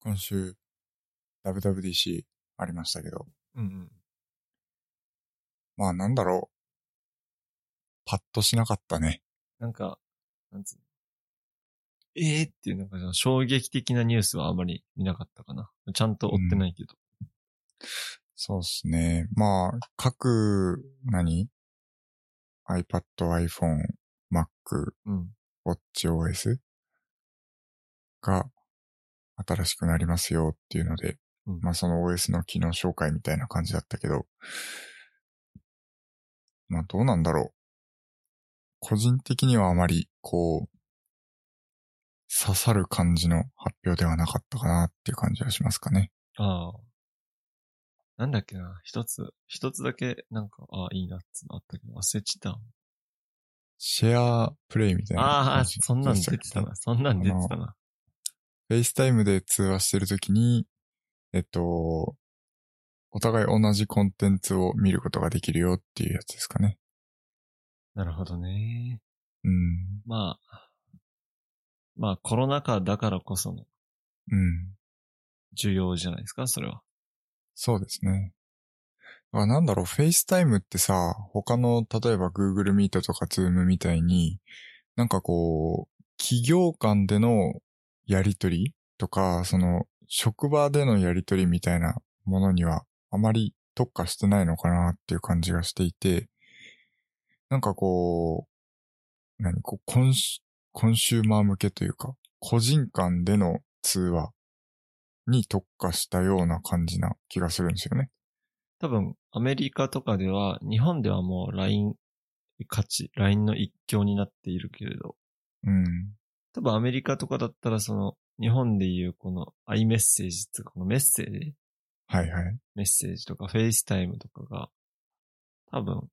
今週、WWDC ありましたけど、うんうん。まあなんだろう。パッとしなかったね。なんか、なんつうの。ええー、っていう、なんかその衝撃的なニュースはあまり見なかったかな。ちゃんと追ってないけど。そうっすね。まあ、各、何 ?iPad、iPhone、Mac、うん。 WatchOS が新しくなりますよっていうので、うんまあその OS の機能紹介みたいな感じだったけど、まあどうなんだろう。個人的にはあまりこう、刺さる感じの発表ではなかったかなっていう感じはしますかね。ああ。なんだっけな。一つ、一つだけ、なんか、ああ、いいなってのあったけど、忘れちゃった。シェアプレイみたいなあああ、感じ。そんなん出てたな。そんなん出てたな。フェイスタイムで通話してるときに、えっと、お互い同じコンテンツを見ることができるよっていうやつですかね。なるほどね。うん。まあ、まあ、コロナ禍だからこそのうん。需要じゃないですか、それは。そうですね。あなんだろう、フェイスタイムってさ、他の、例えば Google Meet とか Zoom みたいに、なんかこう、企業間でのやりとりとか、その、職場でのやりとりみたいなものには、あまり特化してないのかなっていう感じがしていて、なんかこう、何、こう、コンシコンシューマー向けというか、個人間での通話に特化したような感じな気がするんですよね。多分、アメリカとかでは、日本ではもう LINE 価値、LINE の一強になっているけれど、うん。多分アメリカとかだったら、その、日本でいうこの i メッセージとか、このメッセージ、はいはい。メッセージとか、フェイスタイムとかが、多分、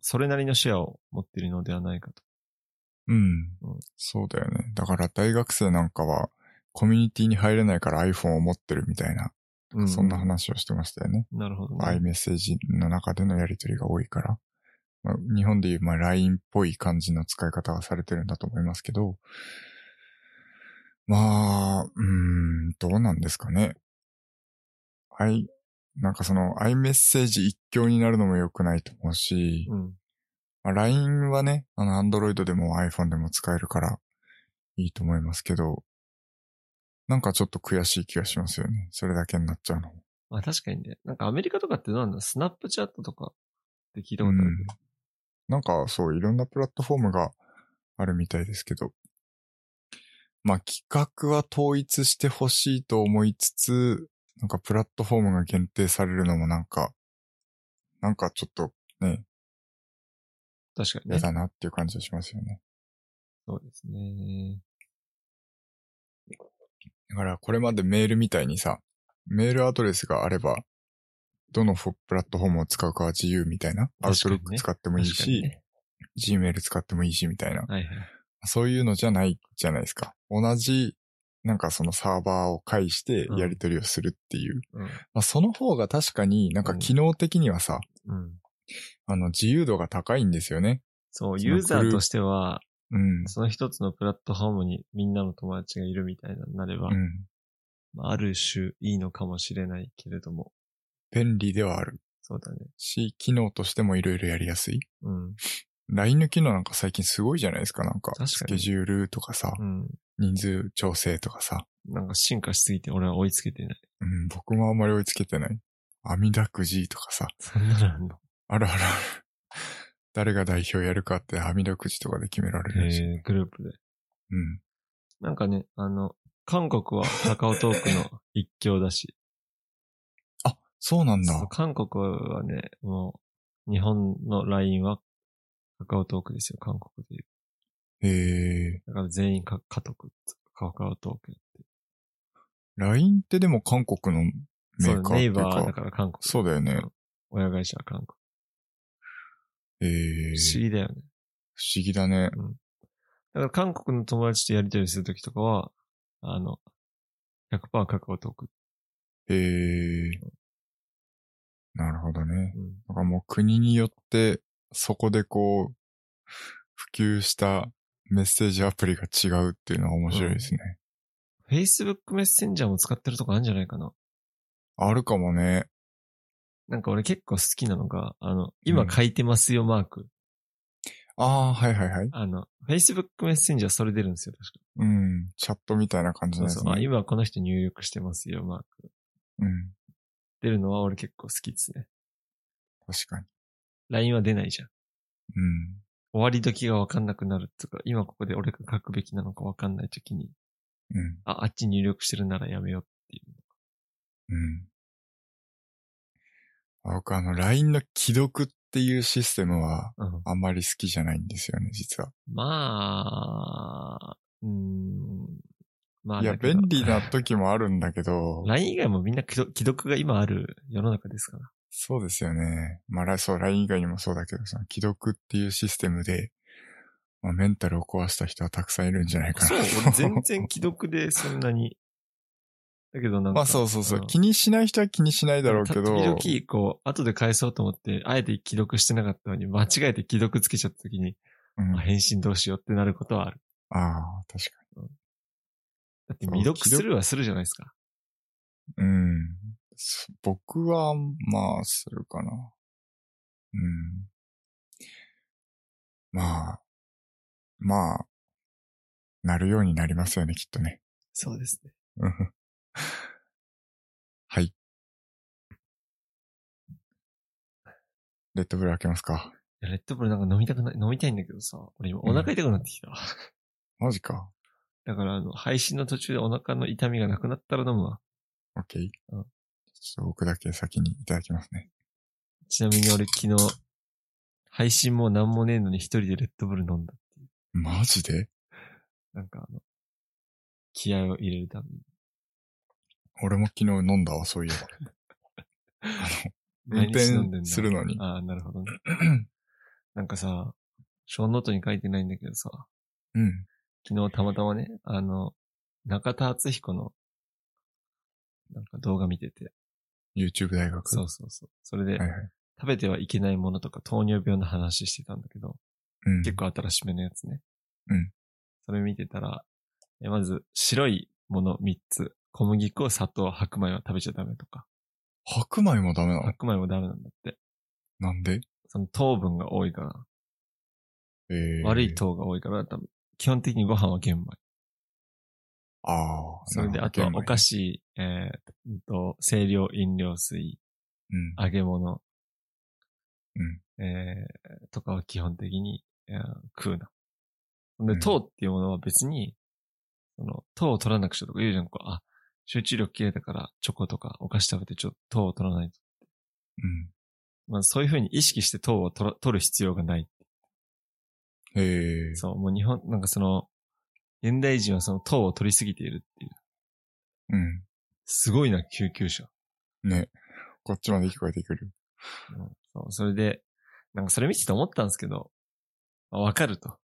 それなりのシェアを持っているのではないかと。うん。そうだよね。だから大学生なんかは、コミュニティに入れないから iPhone を持ってるみたいな、うそんな。話をしてましたよね。なるほどね。 iMessage の中でのやりとりが多いから。まあ、日本でいう、まあ、LINE っぽい感じの使い方がされてるんだと思いますけど、まあ、うーん、どうなんですかね。i、なんかその iMessage 一強になるのも良くないと思うし、うん。まあ、LINE はね、あの、Android でも iPhone でも使えるから、いいと思いますけど、なんかちょっと悔しい気がしますよね。それだけになっちゃうのも。まあ確かにね、なんかアメリカとかってどうなんだスナップチャットとかって聞いたことあるけど、なんかそう、いろんなプラットフォームがあるみたいですけど。まあ企画は統一してほしいと思いつつ、なんかプラットフォームが限定されるのもなんか、なんかちょっとね、確かに嫌ね。だなっていう感じがしますよね。そうですね。だからこれまでメールみたいにさ、メールアドレスがあれば、どのフォプラットフォームを使うかは自由みたいな。アウ確トかロにねック使ってもいい確かにし、ね Gmail 使ってもいいしみたいな。はいはい。そういうのじゃないじゃないですか。同じ、なんかそのサーバーを介してやり取りをするっていう。うん。まあその方が確かになんか機能的にはさ、うん。あの自由度が高いんですよね。そう、そのユーザーとしては、うん。その一つのプラットフォームにみんなの友達がいるみたいなのになれば、うん。まあ、ある種いいのかもしれないけれども、便利ではあるそうだね。し、機能としてもいろいろやりやすい。うん。 LINE の機能なんか最近すごいじゃないですか、なんか。確かにスケジュールとかさ、うん。人数調整とかさ。なんか進化しすぎて俺は追いつけて ない。うん、僕もあんまり追いつけてない。網だくじとかさ。そんなのあんのあるあ るある。誰が代表やるかって網だくじとかで決められるし。えー、グループで。うん。なんかね、あの、韓国は高尾トークの一強だし、あ、そうなんだそう。韓国はね、もう、日本の LINE は、カカオトークですよ、韓国でいう。へえ。だから全員か、家族、カカオトークやって。 LINE ってでも韓国のメそうーカーっネていイうバーだか。から韓国。そうだよね。親会社は韓国。へえ。不思議だよね。不思議だね。だから韓国の友達とやりとりするときとかは、あの、100%カカオトーク。へえ。なるほどね。うん。だからもう国によって、そこでこう、普及したメッセージアプリが違うっていうのは面白いですね。 Facebook メッセンジャーも使ってるとこあるんじゃないかな。あるかもね。なんか俺結構好きなのが、あの、う今ん書いてますよマーク。ああ、はいはいはい。あの、Facebook メッセンジャーそれ出るんですよ、確か。うん。チャットみたいな感じそのうやそつう。あね。今この人入力してますよマーク。うん。出るのは俺結構好きですね。確かに。 LINE は出ないじゃん。うん。終わり時がわかんなくなるとか、今ここで俺が書くべきなのかわかんない時に、うん。あ、あっち入力してるならやめようっていう。うん。僕あの、LINE の既読っていうシステムはうん、あんまり好きじゃないんですよね、実は。まあ、うーん。まあ、いや、だけど便利 な時もあるんだけど、 LINE 以外もみんな既読既読が今ある世の中ですから。そうですよね。まあ、らそう、LINE 以外にもそうだけど、その既読っていうシステムで、まあ、メンタルを壊した人はたくさんいるんじゃないかそうな。、俺全然既読でそんなに。だけどなん か。まあそうそうそう。ん気にしない人は気にしないだろうけど、時々、こう、後で返そうと思って、あえて既読してなかったのに、間違えて既読つけちゃった時に、うん、ああ返信どうしようってなることはある。あ、確かだってそう未読既読するはするじゃないですか。に。うん。そ僕は、まあ、するかな。うん。まあ、まあ、なるようになりますよね、きっとね。そうですね。うんはい。レッドブル開けますか。いやレッドブルなんか飲みたくない、飲みたいんだけどさ、俺今お腹痛くなってきた。マジか。だから、あの、配信の途中でお腹の痛みがなくなったら飲むわ。オッケー。ちうょんっと僕だけ先にいただきますね。ちなみに俺昨日、配信もなんもねえのに一人でレッドブル飲んだっていう。マジでなんかあの、気合を入れるために。俺も昨日飲んだわ、そういえ ば。運毎日飲んで転んだするのに。ああ、なるほどね。なんかさ、小ノートに書いてないんだけどさ、うん。昨日たまたまね、あの、中田敦彦の、なんか動画見てて、 YouTube 大学。そうそうそう。それでは、いはい。食べてはいけないものとか糖尿病の話してたんだけど、うん。結構新しめのやつね。うん。それ見てたら、えまず、白いもの3つ。小麦粉、砂糖、白米は食べちゃダメとか。白米もダメなの白米もダメなんだって。なんでその糖分が多いから、えー、悪い。糖が多いから、多分基本的にご飯は玄米。ああ。それで、なあるとはほどお菓子、えーっと、清涼飲料水、うん。揚げ物、うんえー、とかは基本的に、えー食うな。で、うん糖っていうものは別に、その、糖を取らなくちゃとか言うじゃん、こう、あ、集中力切れたから、チョコとかお菓子食べてちょっと糖を取らないと。うん。まあ、そういうふうに意識して糖を取ら取る必要がない。えー。そう、もう日本、なんかその、現代人はその糖を取りすぎているっていう。うん。すごいな、救急車。ね。こっちまで聞こえてくる。うんそう、それで、なんかそれ見てて思ったんですけど、まあわかると。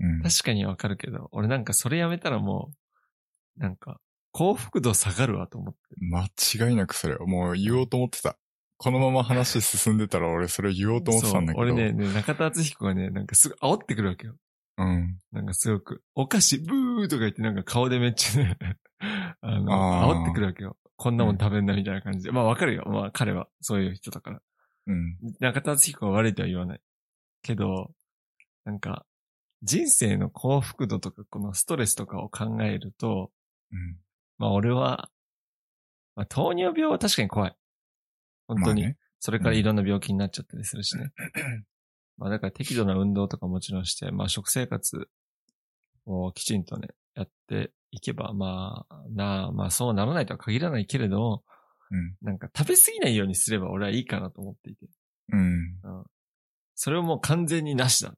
うん。確かにわかるけど、俺なんかそれやめたらもう、なんか、幸福度下がるわと思って。間違いなくそれ、もう言おうと思ってた。このまま話進んでたら俺それ言おうと思ってたんだけど。そう俺ね、ね中田敦彦がね、なんかすぐ煽ってくるわけよ。うん。なんかすごく、お菓子ブーとか言ってなんか顔でめっちゃね、 あのあー煽ってくるわけよ。こんなもん食べんなみたいな感じで。まあわかるよ。まあ彼はそういう人だから。うん。中田敦彦は悪いとは言わない。けど、なんか、人生の幸福度とか、このストレスとかを考えると、うん。まあ俺は、まあ糖尿病は確かに怖い。本当に。まあねそれからいろんな病気になっちゃったりす るしね。まあだから適度な運動とかもちろんして、まあ食生活をきちんとね、やっていけば、まあ、なあ、まあそうならないとは限らないけれど、うんなんか食べ過ぎないようにすれば俺はいいかなと思っていて。うん。それをもう完全になしだ。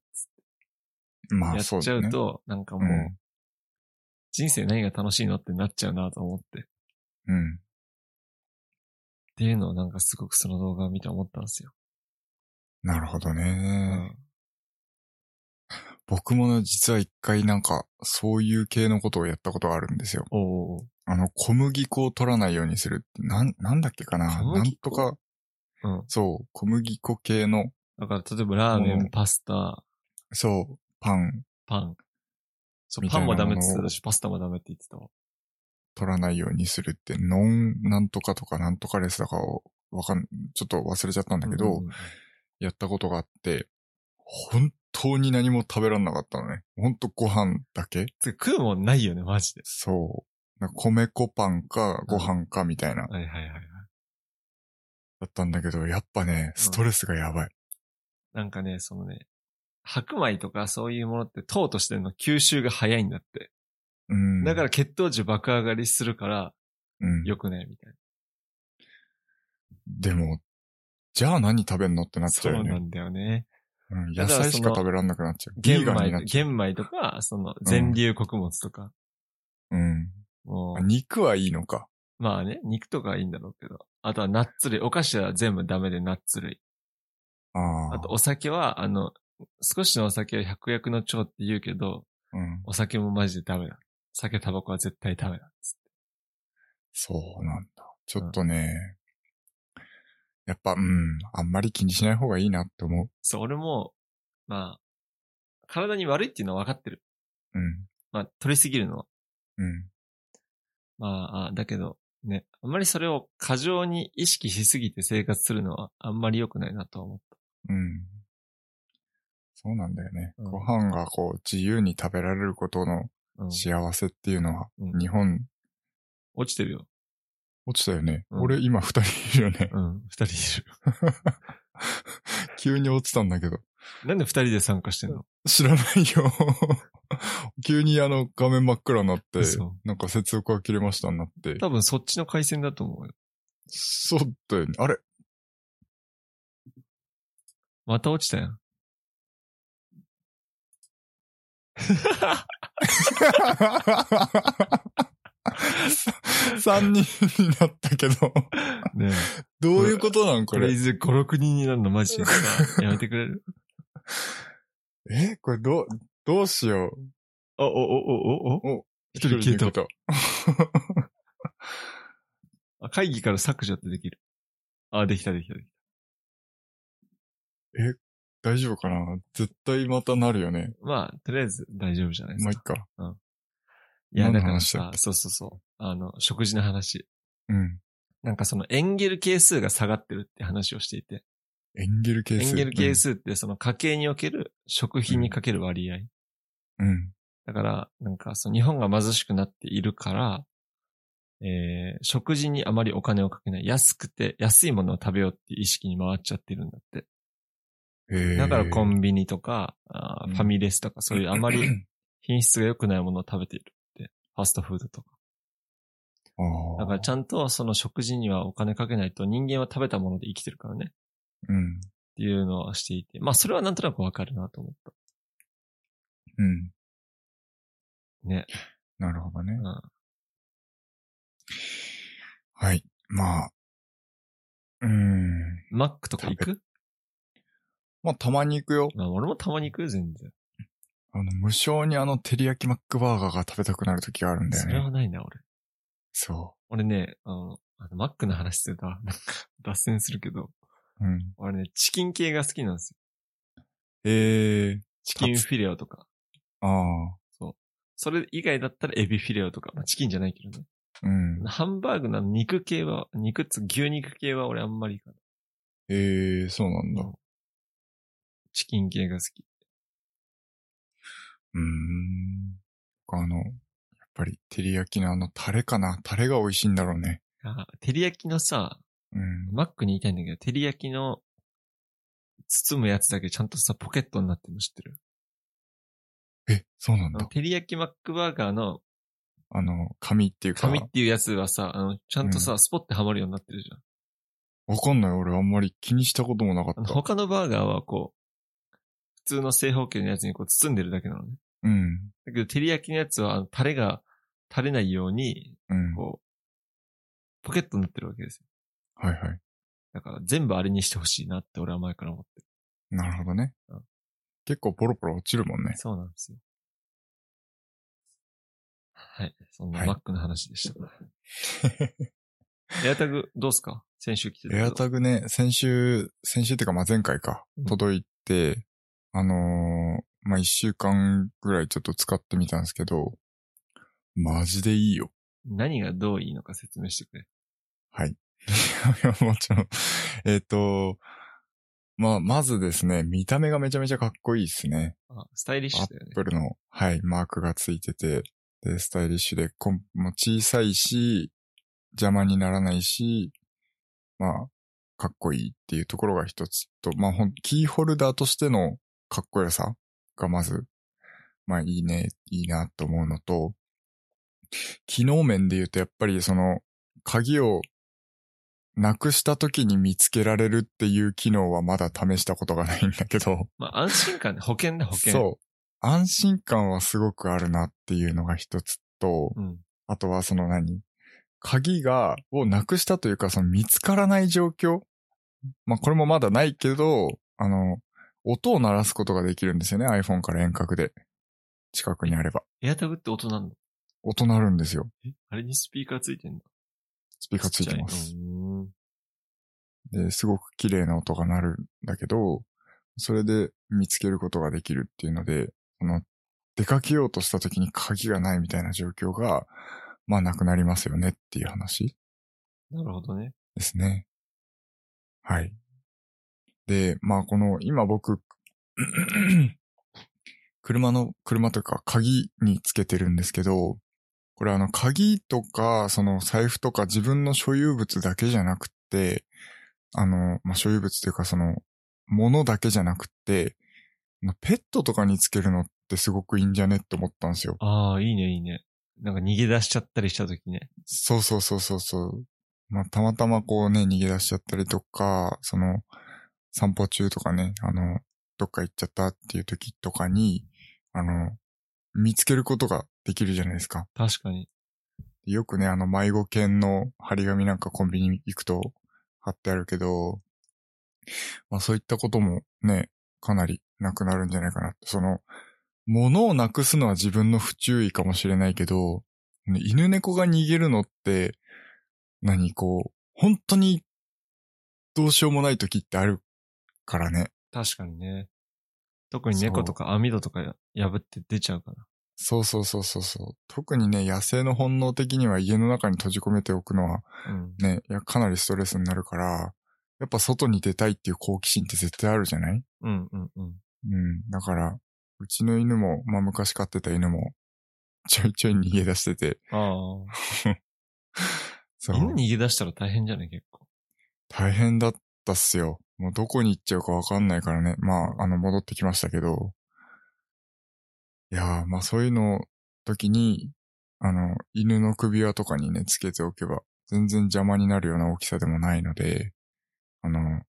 まやあっちそうゃだうね。と、なんかもう。うん人生何が楽しいのってなっちゃうなと思って。っうん。ていうのをなんかすごくその動画を見て思ったんですよ。なるほどうねん。僕もね、実は一回なんか、そういう系のことをやったことがあるんですよ。おうおうあの、小麦粉を取らないようにするって、なん、なんだっけかな小なん麦と粉か、おう。うん。そう、小麦粉系の、だから、例えばラーメうン、んパスタ、そう、パン。パン。そう、みパたいンなもダメってものを言ってたし、パスタもダメって言ってたわ。取らないようにするって、ノンなんとかとかなんとかレスだかをわかん、ちょっと忘れちゃったんだけど、うんうんやったことがあって、本当に何も食べらんなかったのね。ほんとご飯だけつうか食うもんないよね、マジで。そう。なんか米粉パンかご飯かみたいな、だはいはいはいはい。ったんだけど、やっぱね、ストレスがやばい。なんかね、そのね、白米とかそういうものって糖としての吸収が早いんだって。うん。だから、血糖値爆上がりするから、うん。良くないみたいでも、じゃあ何食べんのってなな。っちそゃううよねな。んだよね。うん、だ野から菜しかその食べらんなくなっちゃう。ビ玄ーガンになっ米、ちゃう。玄米とか、その全粒穀物とか。うん。もあう肉はいいのか。まあね、肉とかはいいんだろうけど。あとはナッツ類。お菓子は全部ダメでナッツ類。ああ。あとお酒は、あの、少しのお酒は百薬の長って言うけど、うん。お酒もマジでダメだ。酒、タバコは絶対ダメだっつって。そうなんだ。ちょっとね、やっぱ、うん、あんまり気にしない方がいいなって思そう、俺も、まあ、体に悪いっていうのは分かってる。う。うん。まあ、取りすぎるのは。うん。まあ、あだけど、ね、あんまりそれを過剰に意識しすぎて生活するのはあんまり良くないなとは思った。うん。そうなんだよね。うんご飯がこう、自由に食べられることのうん、幸せっていうのは、うん日本、落ちてるよ。落ちたよね。うん俺今二人いるよね。うん、二人いる。 急に落ちたんだけど。なんで二人で参加してんの知らないよ。 急にあの、画面真っ暗になって、嘘なんか接続が切れましたになって。多分そっちの回線だと思うよ。そうだよね。あれまた落ちたよ。 三人になったけど、ねえどういうことなんここれれい。ずれ5、6人になるのマジでさ。やめてく れるえこれどう、どうしよお、お、お、お、お、う。お、一人消えた一人あ会議から削除ってできる。あ、できたできたでき大丈夫かな絶対またなるよね。た。まあ、とりあえず大丈夫じゃないですまあ、いっか。か。いや、何のだから話ださっ、そうそうそう。あの、食事の話。うん。なんかそのエンゲル係数が下がってるって話をしていて。エンゲル係エ数。ンゲル係数ってその家計における食品にかける割合。うん。うん。だから、なんか、その日本が貧しくなっているから、えー、食事にあまりお金をかけない。安くて、安いものを食べようっていう意識に回っちゃってるんだって。へーだからコンビニとか、あーうんファミレスとか、そういうあまり品質が良くないものを食べているって。ファストフードとか。あーだからちゃんとその食事にはお金かけないと人間は食べたもので生きてるからね。うん。っていうのはしていて。まあそれはなんとなくわかるなと思った。うん。ね。なるほどねう。ん。はい。まあ。うーん。マックとか行くまあ、たまに行くよ。まあ俺もたまに行くよ、全然。あの、無性にあの、照り焼きマックバーガーが食べたくなる時があるんだよそれね。はないな、俺。そ俺ね、あの、あのマックの話すると、なんか、脱線するけど、う。うん。俺ね、チキン系が好きなんですよ。ええー。チキンフィレオとか。あそれ以外だったらエビフィレオとか、まあ、チキンじゃないけどね。あ。うん。ハンバーグの肉系は、肉っつ、牛肉系は俺あんまりいかないええー、そうなんだ。うチキン系が好き。ーん。あの、やっぱり、照り焼きのあの、タレかな。タレが美味しいんだろうね。あ、照り焼きのさ、うん。マックに言いたいんだけど、照り焼きの包むやつだけちゃんとさ、ポケットになってるの知ってるえ、そうなんあのだ。照り焼きマックバーガーのあの、紙っていうか。紙っていうやつはさ、あの、ちゃんとさ、スポッてはまるようになってるじゃん。わかんない。俺あんまり気にしたこともなかあっのた。他のバーガーはこう、普通の正方形のやつにこう包んでるだけなのね。うん。だけど、照り焼きのやつは、あのタレが垂れないように、うん。はこう、ポケットになってるわけですよ。いはい。だから、全部あれにしてほしいなって俺は前から思ってる。なるほどねうん。結構ポロポロ落ちるもんね。そうなんですよ。はい。そんはないマックの話でした。 エアタグ、どうすか先週来てたけエど。アタグね、先週、先週っていうか、まあ、前回かうん、届いて、あのーまあ、一週間ぐらいちょっと使ってみたんですけど、マジでいいよ。何がどういいのか説明してくれ。はい。 もちろん。えっ、と、まあ、まずですね、見た目がめちゃめちゃかっこいいですね。あ、スタイリッシアュッだよね。プルの、はい、マークがついてて、で、スタイリッシュで、こんもう小さいし、邪魔にならないし、まあ、かっこいいっていうところが一つと、まあ、ほん、キーホルダーとしてのかっこよさがまず、まあ、いいね、いいなと思うのと、機能面で言うと、やっぱりその、鍵をなくした時に見つけられるっていう機能はまだ試したことがないんだけど、まあ、安心感ね。保険だ、保険。そう。安心感はすごくあるなっていうのが一つと、う。うん。あとはその何鍵が、をなくしたというか、その見つからない状況まあ、これもまだないけど、あの、音を鳴らすことができるんですよね。iPhone から遠隔で。近くにあれば。エアタグって音なんの音鳴るんですよ。えあれにスピーカーついてんだ。スピーカーついてまちっちすゃ。いのうーんで、すごく綺麗な音が鳴るんだけど、それで見つけることができるっていうので、その、出かけようとした時に鍵がないみたいな状況が、まあなくなりますよねっていう話なるほどね。ですね。はい。で、まあこの、今僕、 車の、車というか鍵につけてるんですけど、これあの鍵とか、その財布とか自分の所有物だけじゃなくって、あの、まあ、所有物というかその、物だけじゃなくって、まあペットとかにつけるのってすごくいいんじゃねって思ったんですよ。ああ、いいね、いいね。なんか逃げ出しちゃったりした時ね。そうそうそうそうそう。まあ、たまたまこうね、逃げ出しちゃったりとか、その、散歩中とかね、あの、どっか行っちゃったっていう時とかに、あの、見つけることができるじゃないですか。確かに。よくね、あの、迷子犬の張り紙なんかコンビニ行くと貼ってあるけど、まあそういったこともね、かなりなくなるんじゃないかな。その、物をなくすのは自分の不注意かもしれないけど、ね犬猫が逃げるのって、何こう、本当にどうしようもない時ってあるからね。確かにね。特に猫とか網戸とか破って出ちゃうから。そうそうそうそうそう。特にね、野生の本能的には家の中に閉じ込めておくのはうん。ね、いや、かなりストレスになるから、やっぱ外に出たいっていう好奇心って絶対あるじゃないうん、うん、うん。うん。だから、うちの犬も、まあ昔飼ってた犬も、ちょいちょい逃げ出してて、あそあ。犬う、逃げ出したら大変じゃない結構。大変だったっすよ。もうどこに行っちゃうかわかんないからね。まあ、あの、戻ってきましたけど、いやー、まあそういうの時に、あの、犬の首輪とかにね、つけておけば、全然邪魔になるような大きさでもないので、あの、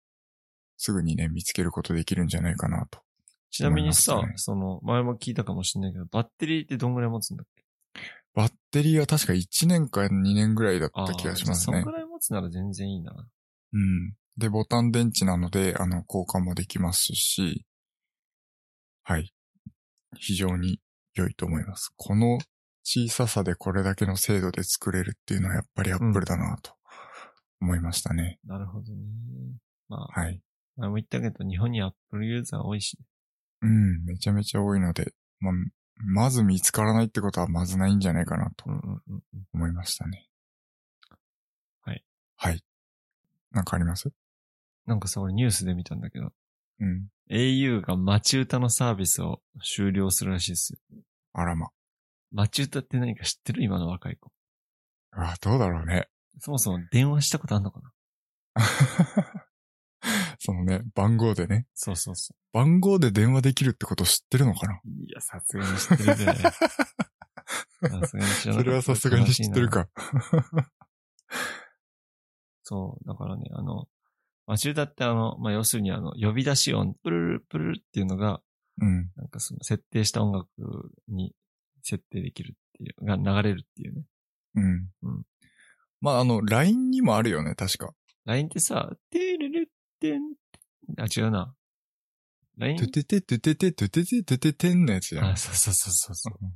すぐにね、見つけることできるんじゃないかなと。ちなみに思さいます、ねその、前も聞いたかもしれないけど、バッテリーってどんぐらい持つんだっけバッテリーは確か1年か2年ぐらいだっああた気がしますそんねぐ。らい持つなら全然いいな。うん。で、ボタン電池なので、あの、交換もできますし、はい。非常に良いと思います。この小ささでこれだけの精度で作れるっていうのはやっぱりアップルだなと思いましたね。なるほどね。まあ、はい。前も言ったけど、日本にアップルユーザー多いし、うん、めちゃめちゃ多いので、まあ、まず見つからないってことはまずないんじゃないかなとうんうんうんうん。思いましたね。はい。はい。なんかありますなんかさ、俺ニュースで見たんだけど、うん。 au が街歌のサービスを終了するらしいですよ。あらま。街歌って何か知ってる今の若い子。あ、どうだろうね。そもそも電話したことあんのかな そのね、番号でね。そうそうそ番号で電話できるってこと知ってるのかなう。いや、さすがに知ってるぜ。さすがに知らなかったそれはさすがに知ってる。悲しいなか。そう。だからね、あの、街歌ってあの、まあ、要するにあの、呼び出し音、プルルプルルっていうのが、うん。なんかその設定した音楽に設定できるっていう、が流れるっていうね。うん。うんまあ、あの、LINE にもあるよね、確か。 LINE ってさ、てるるってん、あ、違うな。LINE? ててててててててててててんのやつじゃんあ、。そうそうそうそうそう。うん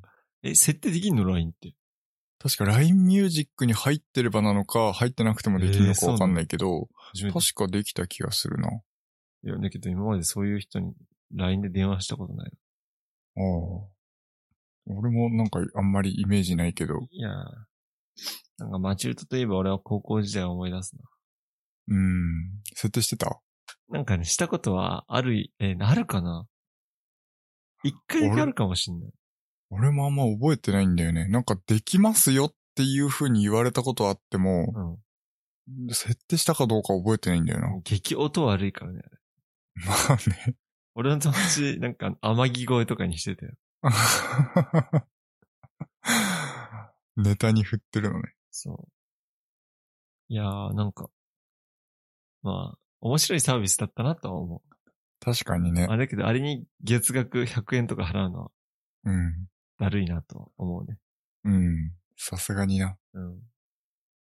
え、設定できんの ?LINE って。確か LINE ミュージックに入ってればなのか、入ってなくてもできるのかわかんないけど、初めて。確かできた気がするな。あいや、だけど今までそういう人に LINE で電話したことない。あ。俺もなんかあんまりイメージないけど、いやーなんかマチルトといえば俺は高校時代を思い出すな。うん。設定してたなんかね、したことはある、えーあるかな一回だけあるかもしんない。俺もあんま覚えてないんだよね。なんかできますよっていう風に言われたことはあっても、設定したかどうか覚えてないんだよなう。ん。激音悪いからね。あれまあね。俺の友達、なんか天城声とかにしてたよ。 ネタに振ってるのね。そう。いやー、なんか、まあ、面白いサービスだったなとは思う。確かにねあ。れだけど、あれに月額100円とか払うのはうん。だるいなとは思うね。うん。さすがにな。うん。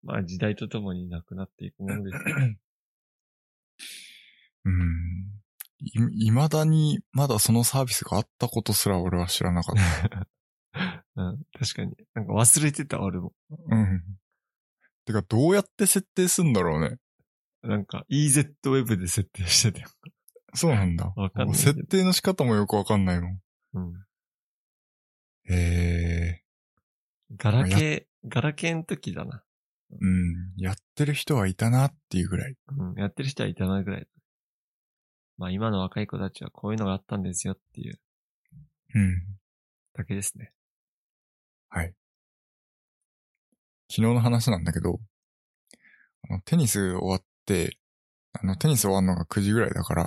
まあ、時代とともになくなっていくものです。うん。い、未だに、まだそのサービスがあったことすら俺は知らなかった。うん、確かに。なんか忘れてた、俺も。うん。てか、どうやって設定すんだろうね。なんか EZWeb で設定してたよ。そうなんだ。 わかんないけど設定の仕方もよくわかんないもん。うん。へえ。ガラケー、ガラケーの時だな。うん。やってる人はいたなっていうぐらい。うん。やってる人はいたなぐらい。まあ今の若い子たちはこういうのがあったんですよっていううん。だけですね。昨日の話なんだけど、あの、テニス終わって、あの、テニス終わるのが9時ぐらいだから、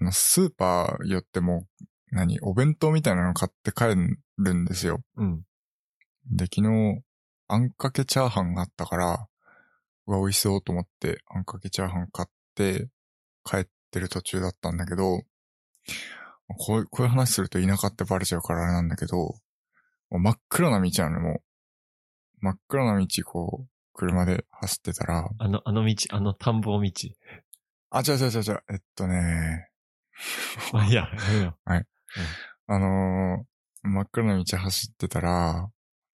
あの、スーパー寄っても、何、お弁当みたいなの買って帰るんですよ。うん。で、昨日、あんかけチャーハンがあったから、うわ、美味しそうと思って、あんかけチャーハン買って、帰ってる途中だったんだけど、こういう、こういう話すると田舎ってバレちゃうからあれなんだけど、もう真っ暗な道なの、もう。真っ暗な道、こう、車で走ってたら、あの、あの道、あの田んぼ 道。あ、違う違う違う違う、えっとね、まあいいや、いいや。あのー真っ暗な道走ってたら、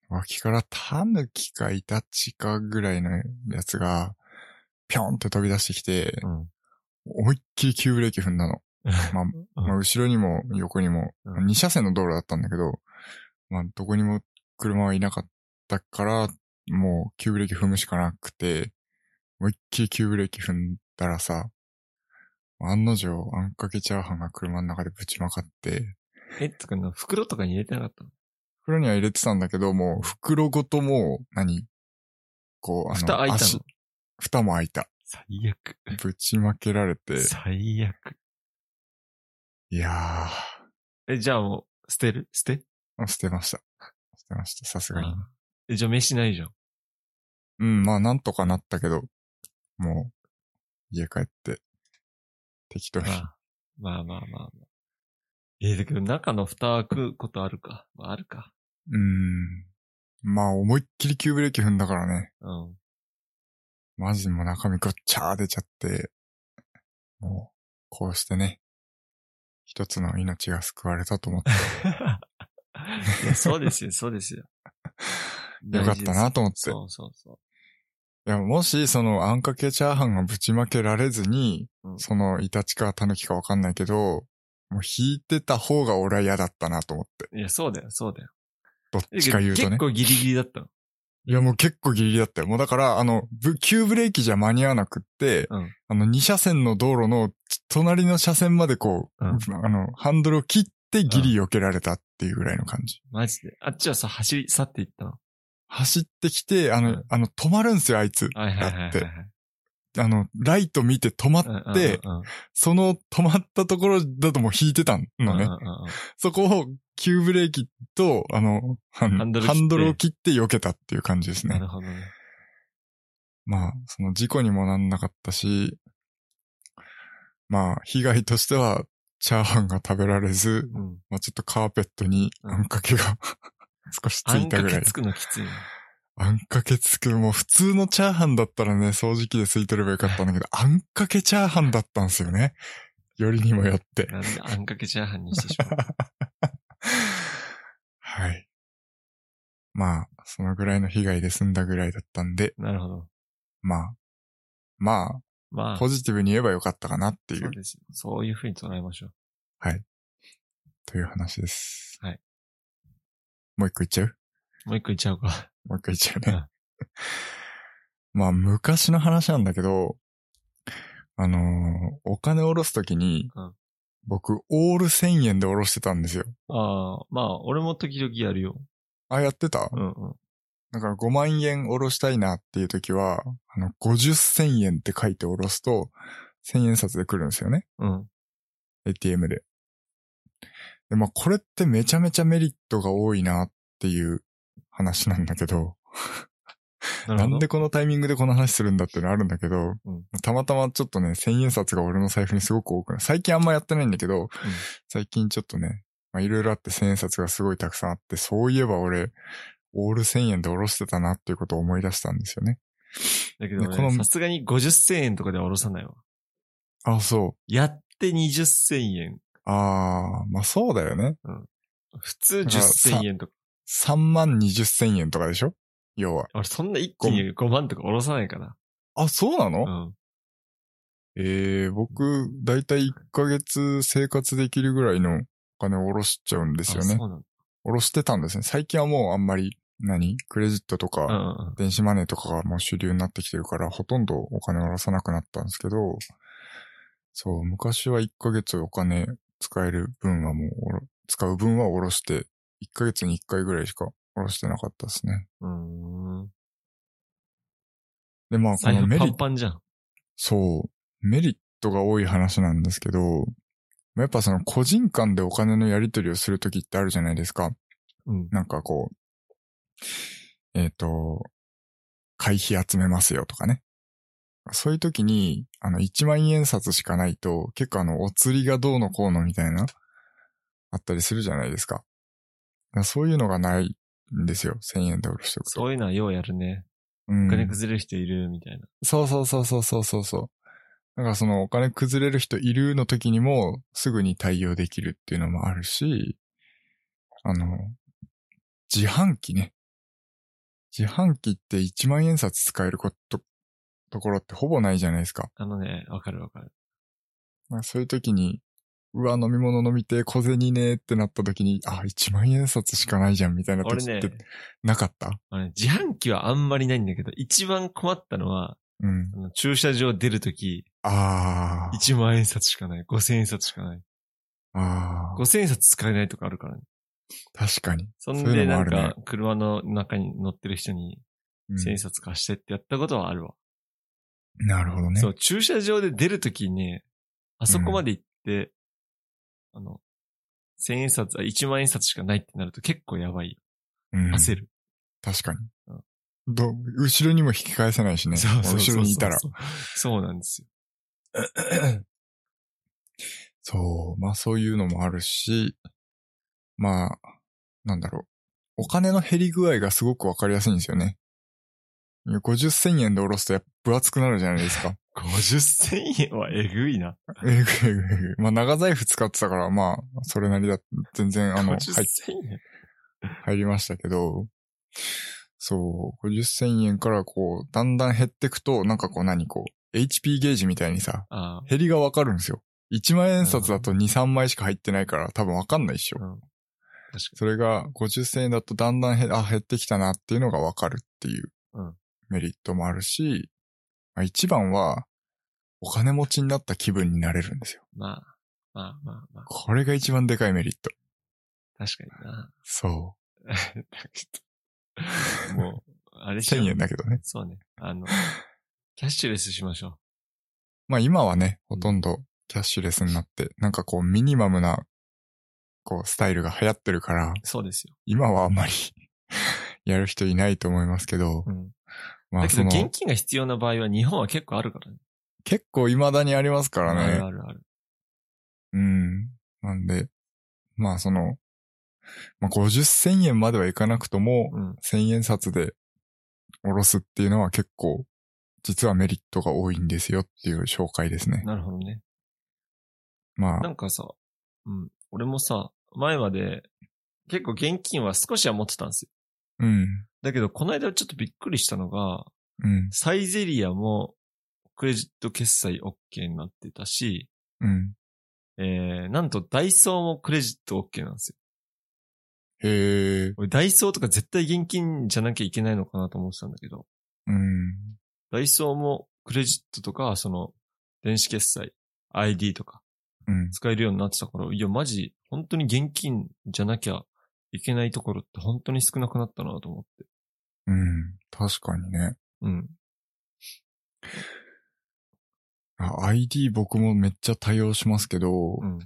脇からタヌキかイタチかぐらいのやつが、ぴょんって飛び出してきて、 うん。思いっきり急ブレーキ踏んだの。 まあ、まあ、後ろにも横にも、うん2車線の道路だったんだけど、まあ、どこにも車はいなかったから、もう急ブレーキ踏むしかなくて、思いっきり急ブレーキ踏んだらさ、案の定、あんかけチャーハンが車の中でぶちまかって、え、つかの袋とかに入れてなかったの袋には入れてたんだけど、もう袋ごともう、何こう、あの、蓋開いたの足蓋も開いた。最ぶちまけられて悪。。最悪。いやえ、じゃあもう、捨てる捨てー、捨てました。捨てました、さすがに。あえ、じゃあ飯ないじゃん。うん、まあなんとかなったけど、もう、家帰って、適当にま。あ、まあまあまあまあ。えーだけど中の蓋開くことあるか。まああるか。うん。まあ思いっきり急ブレーキ踏んだからね。うん。 マジもう中身ごっちゃー出ちゃって、もう、こうしてね、一つの命が救われたと思って、いやそうですよ、そうですよ。 よかったなと思って。そうそうそいや、もし、その、あんかけチャーハンがぶちまけられずに、うんその、イタチかタヌキかわかんないけど、もう引いてた方が俺は嫌だったなと思って。う。いや、そうだよ、そうだよ。どっちか言うとね結。構ギリギリだったの。いや、もう結構ギリギリだったよ。もうだから、あの、ぶ急ブレーキじゃ間に合わなくって、うんあの、2車線の道路のち隣の車線までこう、うんあの、ハンドルを切ってギリ避けられたっていうぐらいの感じ。マジで。あっちはさ、走り去っていったの。走ってきて、あの、うんあの、止まるんすよ、あいつ。はいはいはいはいだってあの、ライト見て止まっはい。て、うんうんうんその止まったところだともう引いてたのね。うんうんうんそこを急ブレーキと、あの、ハンハンドル切ってハンドルを切って避けたっていう感じですなねる。ほどね。まあ、その事故にもなんなかったし、まあ、被害としては、チャーハンが食べられず、 うん。まあちょっとカーペットにうんあんかけが、 少しつあいんたかぐらけいつ。くのきついな。あんかけつく。もう普通のチャーハンだったらね、掃除機でついてればよかったんだけど、あんかけチャーハンだったんですよね。よりにもよって。なんであんかけチャーハンにしてしまう はい。まあ、そのぐらいの被害で済んだぐらいだったんで、なるほど。まあ、ままあ、あ、ポジティブに言えばよかったかなっていそうう、ですよ。そういうふうに捉えましょう。という話です。はい。もう一個言っちゃうもう一個言っちゃおうか。もう一個言っちゃうね。 まあ、昔の話なんだけど、あのーお金下ろすときに、うん僕、オール1000円で下ろしてたんですよ。ああ、まあ、俺も時々やるよ。あ、やってた、うんうん。だから5万円下ろしたいなっていうときは、あの、50千円って書いて下ろすと、1000円札で来るんですよね。うん。 ATM で。で、まあ、これってめちゃめちゃメリットが多いなっていう話なんだけど、なるなほど。んでこのタイミングでこの話するんだっていうのあるんだけど、うんたまたまちょっとね、千円札が俺の財布にすごく多くな最近あんまやってないんだけど、最近ちょっとね、まあいろいろあって千円札がすごいたくさんあって、そういえば俺、オール千円で下ろしてたなっていうことを思い出したんですよね。だけどでこの俺、さすがに50銭円とかでは下ろさないわ。あ、そやって20銭円。う。あー、まあそうだよね。普通だから10銭円とか。 3万20千円とかでしょ要は。俺、そんな一気に5万とか下ろさないから。あ、そうなの、うん。ええー、僕、だいたい1ヶ月生活できるぐらいのお金を下ろしちゃうんですよあねそ。うなん下ろしてたんですね。最近はもうあんまり、何クレジットとか、だ。うんうんうん。電子マネーとかがもう主流になってきてるから、ほとんどお金を下ろさなくなったんですけど、そう、昔は1ヶ月お金使える分はもうおろ、使う分は下ろして、1ヶ月に1回ぐらいしか下ろしてなかったですね。うーん。で、まあ、こ財の布メリパッント、パンじゃん。そう、メリットが多い話なんですけど、やっぱその個人間でお金のやり取りをするときってあるじゃないですか。うん。なんかこう、えっ、と、会費集めますよとかね。そういう時に、あの、1万円札しかないと、結構あの、お釣りがどうのこうのみたいな、あったりするじゃないですか。だからそういうのがないんですよ。1000円で下ろしておくと。そういうのはようやるね。うおん金崩れる人いるみたいな。そうそうそうそうそうそうそう。だからそのお金崩れる人いるの時にもすぐに対応できるっていうのもあるし、あの、自販機ね。自販機って1万円札使えること、ところってほぼないじゃないですか。あのね、わかるわかる。まあ、そういう時に、うわ、飲み物飲みてえ、小銭ねえってなった時に、あ、1万円札しかないじゃんみたいな俺時ねって、なかった、あのね自販機はあんまりないんだけど、一番困ったのは、うんあ。の駐車場出るとき、あー。 1万円札しかない、5000円札しかない。あー。 5000円札使えないとかあるからね。確かに。そんそういでうのもなあんるねか、車の中に乗ってる人に、うん1000円札貸してってやったことはあるわ。なるほどね。そう、駐車場で出るときに、あそこまで行って、あの、1000円札、あ1万円札しかないってなると結構やばいよ。うん焦る。確かにう。ど、後ろにも引き返せないしね。後ろにいた ら。。そうなんですよ。そう。まあそういうのもあるし、まあ、なんだろう。お金の減り具合がすごくわかりやすいんですよね。50銭円で下ろすとやっぱ分厚くなるじゃないです か。 50千円はえぐいな。えぐいえぐいえぐいまあ長財布使ってたから、まあ、それなりだ、全然あの、 50入っ千円。入りましたけど、そう、50銭円からこう、だんだん減ってくと、なんかこう何こう、HP ゲージみたいにさ、あ減りがわかるんですよ。1万円札だと2、3枚しか入ってないから多分わかんないっしょあ、う。ん。確かそれが50銭円だとだんだん減あ減ってきたなっていうのがわかるっていううんメリットもあるし、まあ、一番はお金持ちになった気分になれるんですよ。に。まあ、まあまあまこれが一番でかいメリット。あ、確かにな。そもう、あれう。しよう1000円だけどね。そうね。あの、キャッシュレスしましょまあ今はね、ほとんどキャッシュレスになって、なんかこうミニマムな、こうスタイルが流行ってるから、う。そうですよ。今はあんまり やる人いないと思いますけど、うん。まだあけそど、の、現金が必要な場合は日本は結構あるからね。結構未だにありますからあるね。あるある。うん。なんで、まあその、まあ50千円まではいかなくとも、うん。千円札で下ろすっていうのは結構、実はメリットが多いんですよっていう紹介ですね。なるほどね。まなあ、んかさ、うん。俺もさ、前まで、結構現金は少しは持ってたんですよ。うん、だけど、この間ちょっとびっくりしたのが、うん、サイゼリアもクレジット決済 OK になってたし、うん。えー、なんとダイソーもクレジット OK なんですよ。へえ。俺、ダイソーとか絶対現金じゃなきゃいけないのかなと思ってたんだけど、うん。ダイソーもクレジットとか、その、電子決済、ID とか、うん。使えるようになってたから、いや、マジ、本当に現金じゃなきゃいけないところって本当に少なくなったなと思って。うん。確かにね。うん。あ ID 僕もめっちゃ対応しますけど、うん。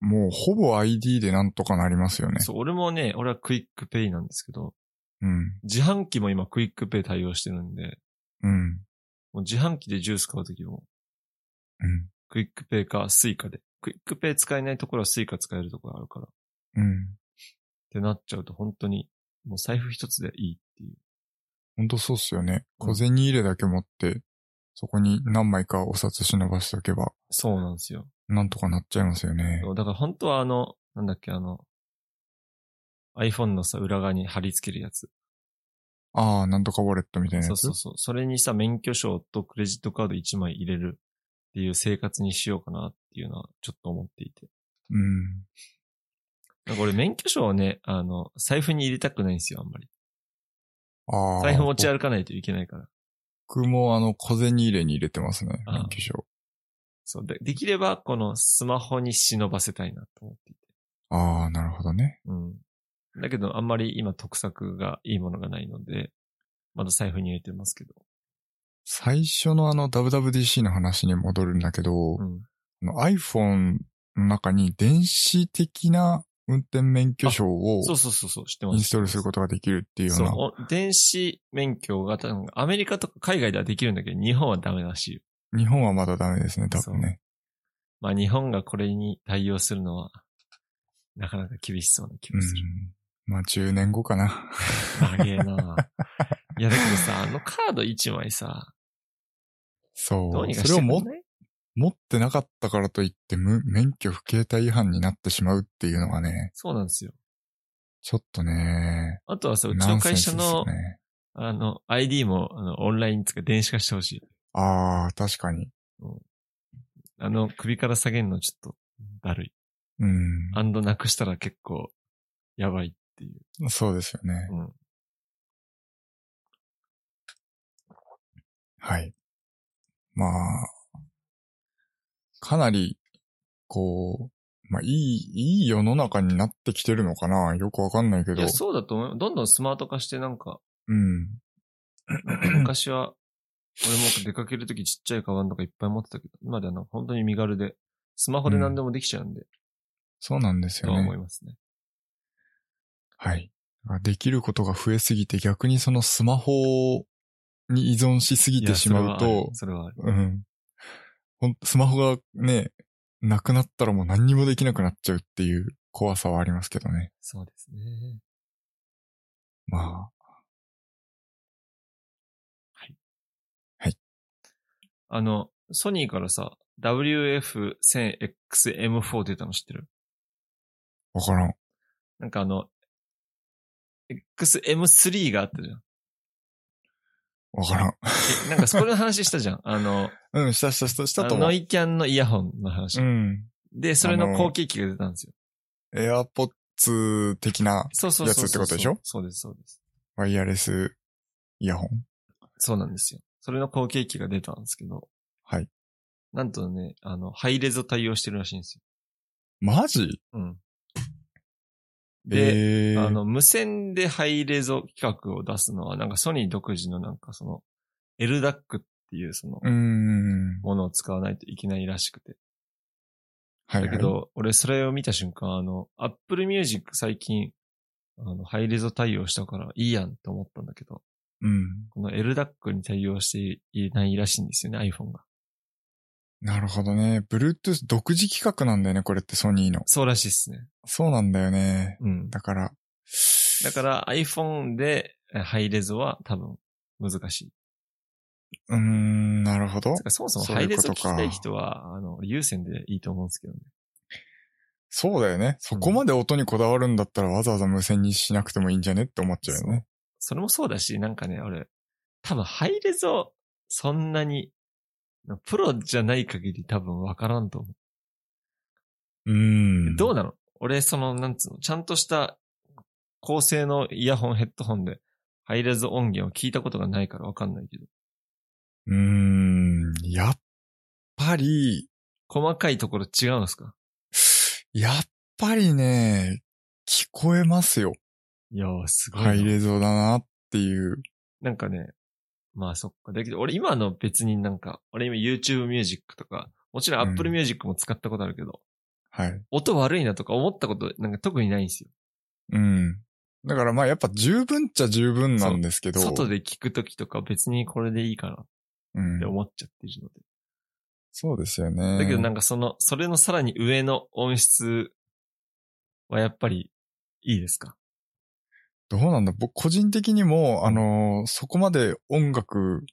もうほぼ ID でなんとかなりますよね。そう、俺もね、俺はクイックペイなんですけど、うん。自販機も今クイックペイ対応してるんで、うん。もう自販機でジュース買うときも、うん。クイックペイかスイカで。クイックペイ使えないところはスイカ使えるところあるから。っうん。てなっちゃうと本当に、もう財布一つでいいっていう。ほんとそうっすよね。うん小銭入れだけ持って、そこに何枚かお札忍ばしておけば、そうなんですよ。なんとかなっちゃいますよね。そうだから本当はあの、なんだっけ、あの、iPhone のさ、裏側に貼り付けるやつ。ああ、なんとかウォレットみたいなそやうつ。そうそう。それにさ、免許証とクレジットカード1枚入れるっていう生活にしようかなっていうのはちょっと思っていて。うん。なんか俺免許証をね、あの、財布に入れたくないんですよ、あんまり。ああ。財布持ち歩かないといけないから。僕もあの、小銭入れに入れてますね。あー免許証。そう。で、できれば、このスマホに忍ばせたいなと思っていて。ああ、なるほどね。うん。だけど、あんまり今得策がいいものがないので、まだ財布に入れてますけど。最初のあの、WWDC の話に戻るんだけど、うん。あの iPhone の中に電子的な運転免許証をそうそうそうそう、知ってます。インストールすることができるっていうような。そうお。電子免許が多分、アメリカとか海外ではできるんだけど、日本はダメらしいよ。日本はまだダメですね、多分ね。まあ日本がこれに対応するのは、なかなか厳しそうな気うがする。ん。まあ、10年後かな。長えないやだけどさ、あのカード1枚さ、そう。どうにかそしれてをくんないも持ってなかったからといって無、免許不携帯違反になってしまうっていうのがね、そうなんですよ。ちょっとね、あとはさ、うちナのンセン会社スですの、よね。あの、ID も、あの、オンラインつか電子化してほしい。ああ、確かに。あの、首から下げるのちょっと、だるい。うん。アンドなくしたら結構、やばいっていう。そうですよね。うん。はい。まあ、かなり、こう、まあ、いい、いい世の中になってきてるのかなよくわかんないけいど。や、そうだと思う。どんどんスマート化してなんか、うん。 昔は、俺も出かけるときちっちゃいカバンとかいっぱい持ってたけど、今ではなんか本当に身軽で、スマホで何でもできちゃうんで、そうなんですとよはね。思いますね。はい。できることが増えすぎて逆にそのスマホに依存しすぎいてやしまうと、それはある。それはあるうん。ほんスマホがね、なくなったらもう何にもできなくなっちゃうっていう怖さはありますけどね。そうですね。まあ、あの、ソニーからさ、WF1000XM4 出たの知ってるわからん。なんかあの、XM3 があったじゃん。わからん。え、なんかそこの話した じゃん。あの、うん、したしたしたしたあとの思う。ノイキャンのイヤホンの話。うん。で、それの後継機が出たんですよ。エアポッツ的なそうそうそうやつってそう。ことでしょそうです、そうです。ワイヤレスイヤホン。そうなんですよ。それの後継機が出たんですけど。はい。なんとね、あの、ハイレゾ対応してるらしいんですマジよ。うん。で、えーあの、無線でハイレゾ企画を出すのは、なんかソニー独自のなんかその、LDAC っていうその、うーん。ものを使わないといけないらしくて。はい、はい。だけど、俺それを見た瞬間、あの、Apple Music 最近、あの、ハイレゾ対応したからいいやんと思ったんだけど、うん。この LDAC に対応していないらしいんですよね、iPhone が。なるほどね。Bluetooth 独自規格なんだよね、これってソニーの。そうらしいっすね。そうなんだよね。うん。だから。だから iPhone でえハイレゾは多分難しい。うーん、なるほどつう。かそもそもそうハいイうレこゾと聞かきたい人は、あの、有線でいいと思うんですけどね。そうだよね。そこまで音にこだわるんだったらわざわざ無線にしなくてもいいんじゃねって思っちゃうよね。それもそうだし、なんかね、俺、多分ハイレゾ、そんなに、プロじゃない限り多分わからんと思うーう。ん。どうなの俺、その、なんつうの、ちゃんとした高性能イヤホンヘッドホンでハイレゾ音源を聞いたことがないからわかんないけど、うーん、やっぱり、細かいところ違うんですかやっぱりね、聞こえますよ。いやー、すごいな。ハイレゾだなっていう。なんかね、まあそっか。だけど、俺今の別になんか、俺今 YouTube Music とか、もちろん Apple うん Music も使ったことあるけど、はい。音悪いなとか思ったことなんか特にないんですよ。うん。だからまあやっぱ十分っちゃ十分なんですけど。外で聞くときとか別にこれでいいかなっうんて。思っちゃってるので。そうですよね。だけどなんか。んかその、それのさらに上の音質はやっぱりいいですかどうなんだ僕個人的にも、あのーそこまで音楽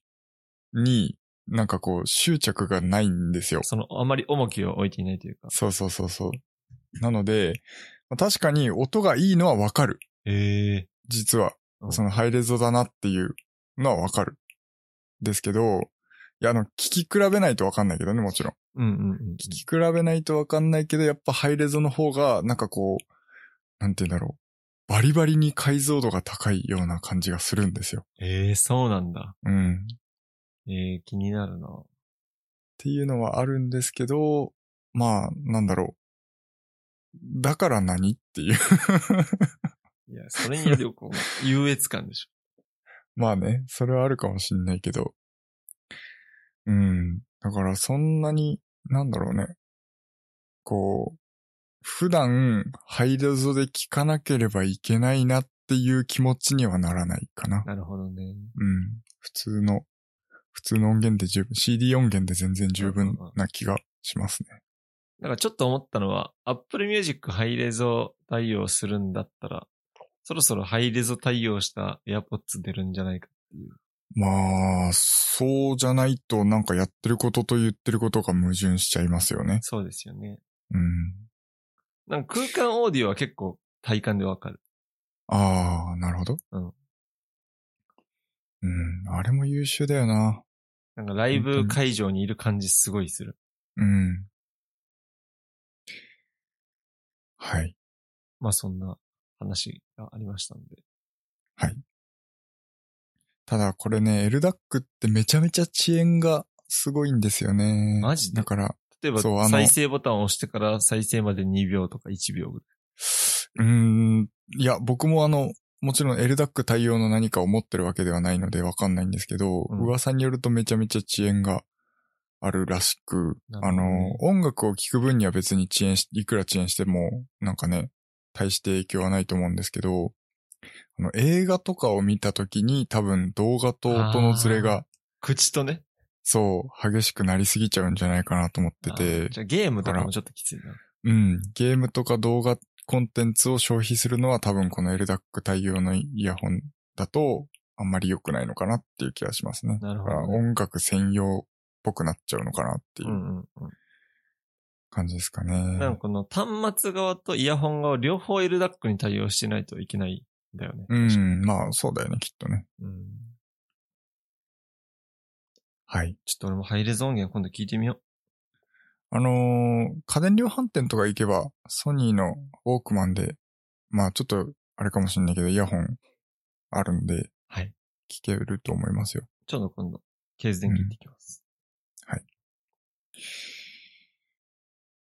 になんかこう執着がないんですよ。その、あまり重きを置いていないというか。そうそうそうそう。なので、まあ確かに音がいいのはわかる。ええ実はう。んそのハイレゾだなっていうのはわかる。ですけど、いや、あの、聞き比べないとわかんないけどね、もちろん。うんうんうん。聞き比べないとわかんないけど、やっぱハイレゾの方が、なんかこう、なんて言うんだろう。バリバリに解像度が高いような感じがするんですよ。ええそうなんだ。うん。っええ気になるな。ていうのはあるんですけど、まあ、なんだろう。だから何っていう。いや、それによるこ う、優越感でしょ。まあね、それはあるかもしんないけど。うん。だからそんなに、なんだろうね。こう、普段、ハイレゾで聞かなければいけないなっていう気持ちにはならないかな。なるほどね。うん。普通の、普通の音源で十分、CD 音源で全然十分な気がしますね。なんかちょっと思ったのは、Apple Music ハイレゾ対応するんだったら、そろそろハイレゾ対応した AirPods 出るんじゃないかっていう。まあ、そうじゃないとなんかやってることと言ってることが矛盾しちゃいますよね。そうですよね。うん。なんか空間オーディオは結構体感でわかる。ああ、なるほど。うん。うん、あれも優秀だよな。なんかライブ会場にいる感じすごいする。うん。はい。まあそんな話がありましたので。ただこれね、エルダックってめちゃめちゃ遅延がすごいんですよね。マジでだから、例えばそうあの再生ボタンを押してから再生まで2秒とか1秒ぐらい。うーん、いや、僕もあの、もちろんエルダック対応の何かを持ってるわけではないのでわかんないんですけど、うん噂によるとめちゃめちゃ遅延があるらしく、なあるほどねの、音楽を聴く分には別に遅延し、いくら遅延しても、なんかね、大して影響はないと思うんですけど、あの、映画とかを見た時に多分動画と音のズレが、口とね。そう、激しくなりすぎちゃうんじゃないかなと思ってあて、じゃあゲームとかもちょっときついな。うん、ゲームとか動画コンテンツを消費するのは多分この LDAC 対応のイヤホンだと、あんまり良くないのかなっていう気がしますね。なるだほからどね、音楽専用っぽくなっちゃうのかなっていううんうんうん。感じですかね。なんかこの端末側とイヤホン側両方 LDAC に対応してないといけないんだよね。うん、まあ、そうだよね、きっとね。うんはい。ちょっと俺もハイレゾ音源今度聞いてみよあのー家電量販店とか行けば、ソニーのウォークマンで、まあ、ちょっと、あれかもしんないけど、イヤホンあるんで、はい聞けると思いますよ。う。ちょっと今度、ケーズ電聞いてきます。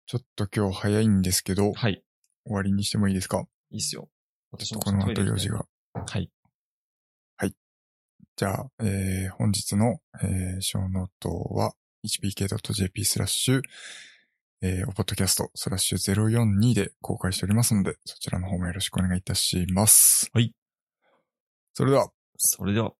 ちょっと今日早いんですけど、終はい。いわりにしてもいいですかいっすよ。私もこのトイ後レ行用きた事いが。。はい。じゃあ、えー本日の、えー、小ノートは hpk.jp スラッシュ、えー、おポッドキャストスラッシュ042で公開しておりますので、そちらの方もよろしくお願いいたします。はい。それでは、それでは。